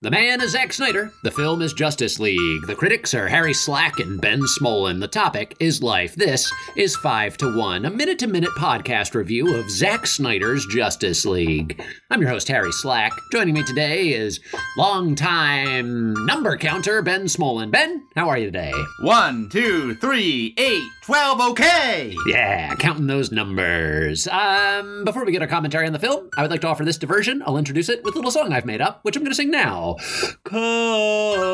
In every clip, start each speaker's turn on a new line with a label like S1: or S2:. S1: The man is Zack Snyder. The film is Justice League. The critics are Harry Slack and Ben Smolin. The topic is life. This is 5 to 1, a minute to minute podcast review of Zack Snyder's Justice League. I'm your host, Harry Slack. Joining me today is longtime number counter Ben Smolin. Ben, how are you today?
S2: One, two, three, eight, twelve, okay!
S1: Yeah, counting those numbers. Um, before we get our commentary on the film, I would like to offer this diversion. I'll introduce it with a little song I've made up, which I'm going to sing now. Conversions.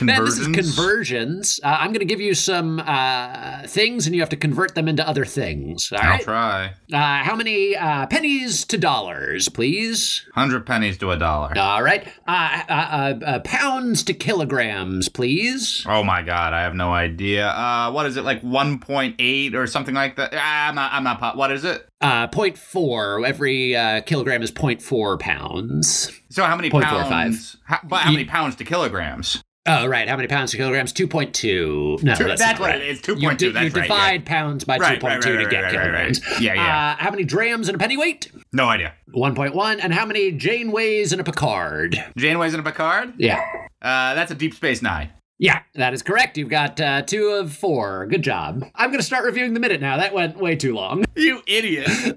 S1: Man, this is conversions. Uh, I'm going to give you some uh, things, and you have to convert them into other things. All
S2: I'll
S1: right.
S2: try.
S1: Uh, how many uh, pennies to dollars, please?
S2: Hundred pennies to a dollar.
S1: All right. Uh, uh, uh, uh, pounds to kilograms, please.
S2: Oh my god, I have no idea. Uh, what is it like, one point eight or something like that? Ah, I'm not. I'm not. Po- what is it?
S1: Uh, 0.4. Every uh, kilogram is 0.4 pounds.
S2: So how many
S1: 0.45.
S2: pounds? How, but how many pounds to kilograms?
S1: Oh, right. How many pounds to kilograms? 2.2. No,
S2: Two-
S1: that's,
S2: that's
S1: not
S2: what
S1: right.
S2: it is. Two
S1: You,
S2: point two.
S1: di- you
S2: That's right.
S1: divide
S2: Yeah.
S1: pounds by
S2: Right,
S1: 2.2
S2: right, right,
S1: to
S2: right,
S1: get
S2: right, right, right.
S1: kilograms.
S2: Yeah, yeah.
S1: Uh, how many drams in a pennyweight?
S2: No idea.
S1: 1.1. And how many Janeways in a Picard?
S2: Janeway's in a Picard.
S1: Yeah.
S2: Uh, that's a Deep Space Nine.
S1: Yeah, that is correct. You've got uh, two of four. Good job. I'm going to start reviewing the minute now. That went way too long.
S2: You idiot.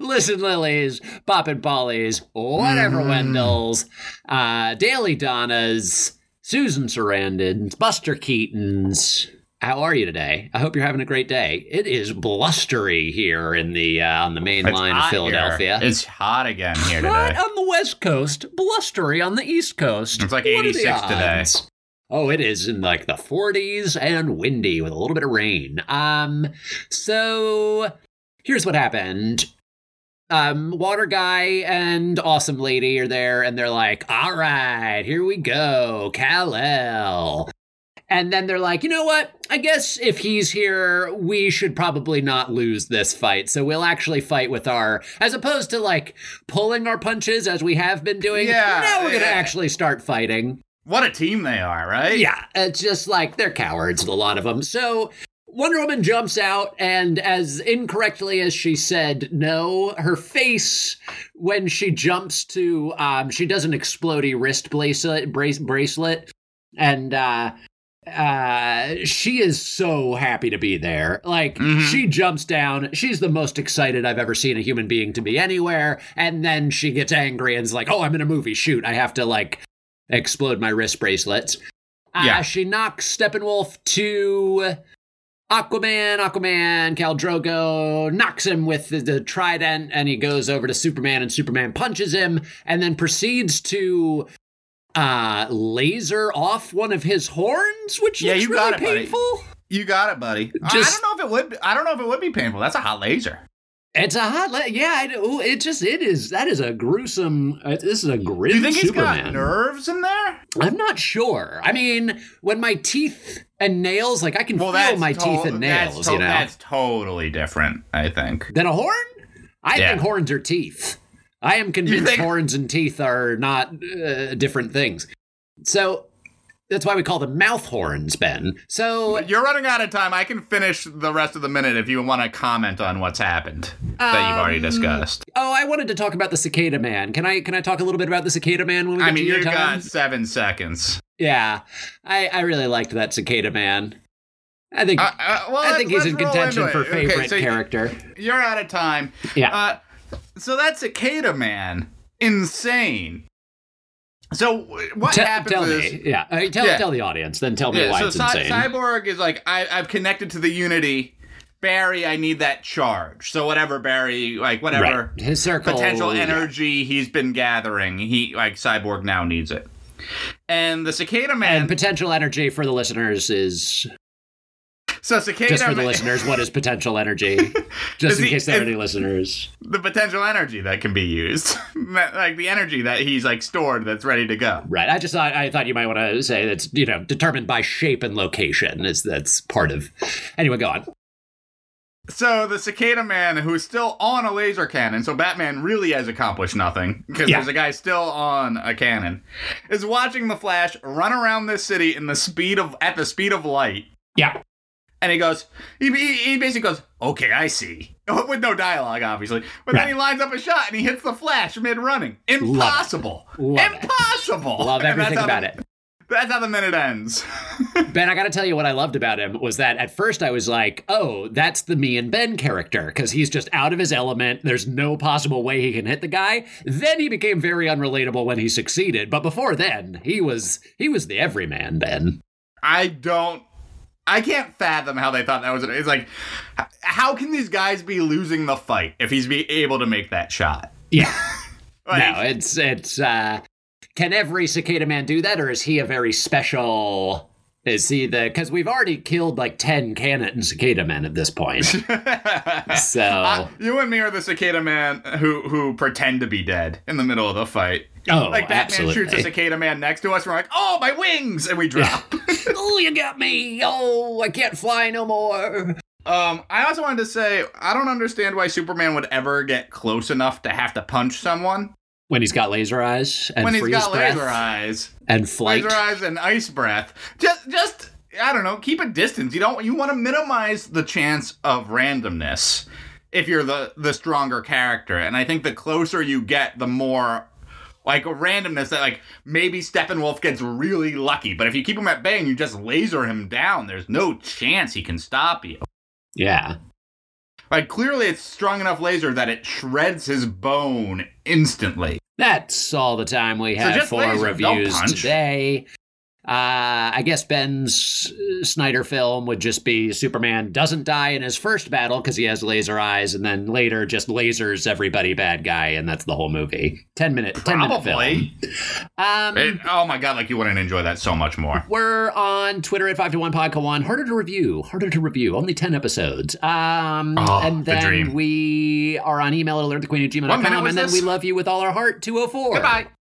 S1: Listen, Lilies, Pop and Polly's, whatever
S2: Mm-hmm.
S1: Wendell's, uh, Daily Donna's, Susan Sarandon's, Buster Keaton's. How are you today? I hope you're having a great day. It is blustery here in the uh, on the main
S2: It's
S1: line of
S2: hot
S1: Philadelphia.
S2: Here. It's hot again here
S1: hot
S2: today.
S1: on the west coast, blustery on the east coast.
S2: It's like
S1: What are the
S2: 86 today.
S1: odds? Oh, it is in like the 40s and windy with a little bit of rain. Um, so here's what happened. Um, water guy and awesome lady are there, and they're like, "All right, here we go, Kal El." And then they're like, you know what? I guess if he's here, we should probably not lose this fight. So we'll actually fight with our, as opposed to like pulling our punches as we have been doing.
S2: Yeah,
S1: Now we're going to
S2: yeah.
S1: actually start fighting.
S2: What a team they are, right?
S1: Yeah, it's just like they're cowards, a lot of them. So Wonder Woman jumps out, and as incorrectly as she said no, her face when she jumps to, um, she does an explodey wrist bracelet, brace, bracelet, and uh, uh, she is so happy to be there. Like
S2: Mhm.
S1: she jumps down, she's the most excited I've ever seen a human being to be anywhere, and then she gets angry and's like, "Oh, I'm in a movie. Shoot, I have to like." explode my wrist bracelets. Uh,
S2: Yeah.
S1: She knocks Steppenwolf to Aquaman, Aquaman, Cal Drogo, knocks him with the, the trident, and he goes over to Superman, and Superman punches him, and then proceeds to uh laser off one of his horns, which
S2: Yeah,
S1: looks
S2: you
S1: really
S2: got it, buddy.
S1: painful.
S2: You got it, buddy. I-
S1: Just-
S2: I don't know if it would. Be, I don't know if it would be painful. That's a hot laser.
S1: It's a hot, la- yeah. I do- it just it is that is a gruesome. uh, This is a
S2: Do
S1: grim
S2: you think he's
S1: Superman.
S2: got nerves in there?
S1: I'm not sure. I mean, when my teeth and nails, like I can feel my
S2: to-
S1: teeth and
S2: that's
S1: nails,
S2: to-
S1: you know.
S2: that's totally different. I think.
S1: Then a horn? I
S2: Yeah.
S1: think horns are teeth. I am convinced
S2: think-
S1: horns and teeth are not uh, different things. So that's why we call them mouth horns, Ben. So
S2: You're running out of time. I can finish the rest of the minute if you want to comment on what's happened that you've already
S1: Um,
S2: discussed.
S1: oh, I wanted to talk about the cicada man. Can I can I talk a little bit about the cicada man when we get
S2: I mean,
S1: to your
S2: you've
S1: time?
S2: got seven seconds.
S1: Yeah, I I really liked that cicada man. I think
S2: Uh, uh, well,
S1: I
S2: let's-
S1: think he's
S2: let's
S1: in
S2: roll
S1: contention
S2: into
S1: for
S2: it. Okay,
S1: favorite
S2: so
S1: character.
S2: You're out of time.
S1: Yeah.
S2: Uh, so that's cicada man. Insane. So wh- what
S1: Te-
S2: happens
S1: tell
S2: is
S1: me, yeah. Uh, tell
S2: Yeah.
S1: tell the audience, then tell me
S2: Yeah,
S1: why
S2: so
S1: it's
S2: Cy-
S1: insane.
S2: Cyborg is like, I, I've connected to the Unity. Barry, I need that charge. So whatever Barry, like whatever
S1: right. His circle
S2: potential energy he's been gathering, he like Cyborg now needs it. And the Cicada Man.
S1: and potential energy for the listeners is
S2: so Cicada
S1: just for the
S2: Man-
S1: listeners. What is potential energy? just
S2: Is
S1: in
S2: he-
S1: case there are
S2: is-
S1: any listeners.
S2: the potential energy that can be used, like the energy that he's like stored that's ready to go.
S1: Right. I just thought I thought you might want to say that's you know determined by shape and location. Is that's part of. Anyway, go on.
S2: So the Cicada Man, who is still on a laser cannon, so Batman really has accomplished nothing because
S1: Yeah.
S2: there's a guy still on a cannon, is watching the Flash run around this city in the speed of at the speed of light,
S1: Yeah.
S2: and he goes, he, he, he basically goes, okay, I see. With no dialogue, obviously. But then
S1: Right.
S2: he lines up a shot and he hits the flash mid running. Impossible.
S1: Love it.
S2: Impossible.
S1: Love
S2: And that's
S1: everything
S2: how
S1: about
S2: the-
S1: it.
S2: That's how the minute ends.
S1: Ben, I got to tell you what I loved about him was that at first I was like, oh, that's the me and Ben character because he's just out of his element. There's no possible way he can hit the guy. Then he became very unrelatable when he succeeded, but before then, he was he was the everyman Ben.
S2: I don't. I can't fathom how they thought that was. It's like, h- how can these guys be losing the fight if he's be able to make that shot?
S1: Yeah.
S2: Like,
S1: no, it's it's uh can every cicada man do that or is he a very special is he the cuz we've already killed like 10 cannon cicada men at this point. So
S2: Uh, you and me are the cicada man who who pretend to be dead in the middle of the fight.
S1: oh,
S2: Like Batman
S1: absolutely.
S2: shoots a cicada man next to us, and we're like, "Oh, my wings!" and we drop.
S1: oh, you got me. Oh, I can't fly no more.
S2: um, I also wanted to say I don't understand why Superman would ever get close enough to have to punch someone
S1: When he's got laser eyes and
S2: when he's
S1: freeze
S2: got
S1: breath
S2: laser eyes.
S1: and flight.
S2: Laser eyes and ice breath. Just, just I don't know. Keep a distance. You don't. You want to minimize the chance of randomness if you're the the stronger character. And I think the closer you get, the more like randomness that like maybe Steppenwolf gets really lucky. But if you keep him at bay and you just laser him down, there's no chance he can stop you.
S1: Yeah.
S2: Like clearly, it's strong enough laser that it shreds his bone instantly.
S1: That's all the time we have
S2: just
S1: for
S2: laser, don't
S1: reviews
S2: punch.
S1: today. Uh, I guess Ben's uh, Snyder film would just be Superman doesn't die in his first battle because he has laser eyes, and then later just lasers everybody bad guy, and that's the whole movie. Ten minute, ten minute
S2: Probably.
S1: film. Um,
S2: It- oh my god! Like you wouldn't enjoy that so much more.
S1: We're on Twitter at 5 to 1 Podca 1. Harder to review. Harder to review. Only 10 episodes. Um,
S2: Oh,
S1: and
S2: the
S1: then
S2: dream.
S1: we are on email at
S2: What minute
S1: alertthequeen@gmail.com,
S2: was
S1: And then
S2: this?
S1: we love you with all our heart, 204.
S2: Goodbye.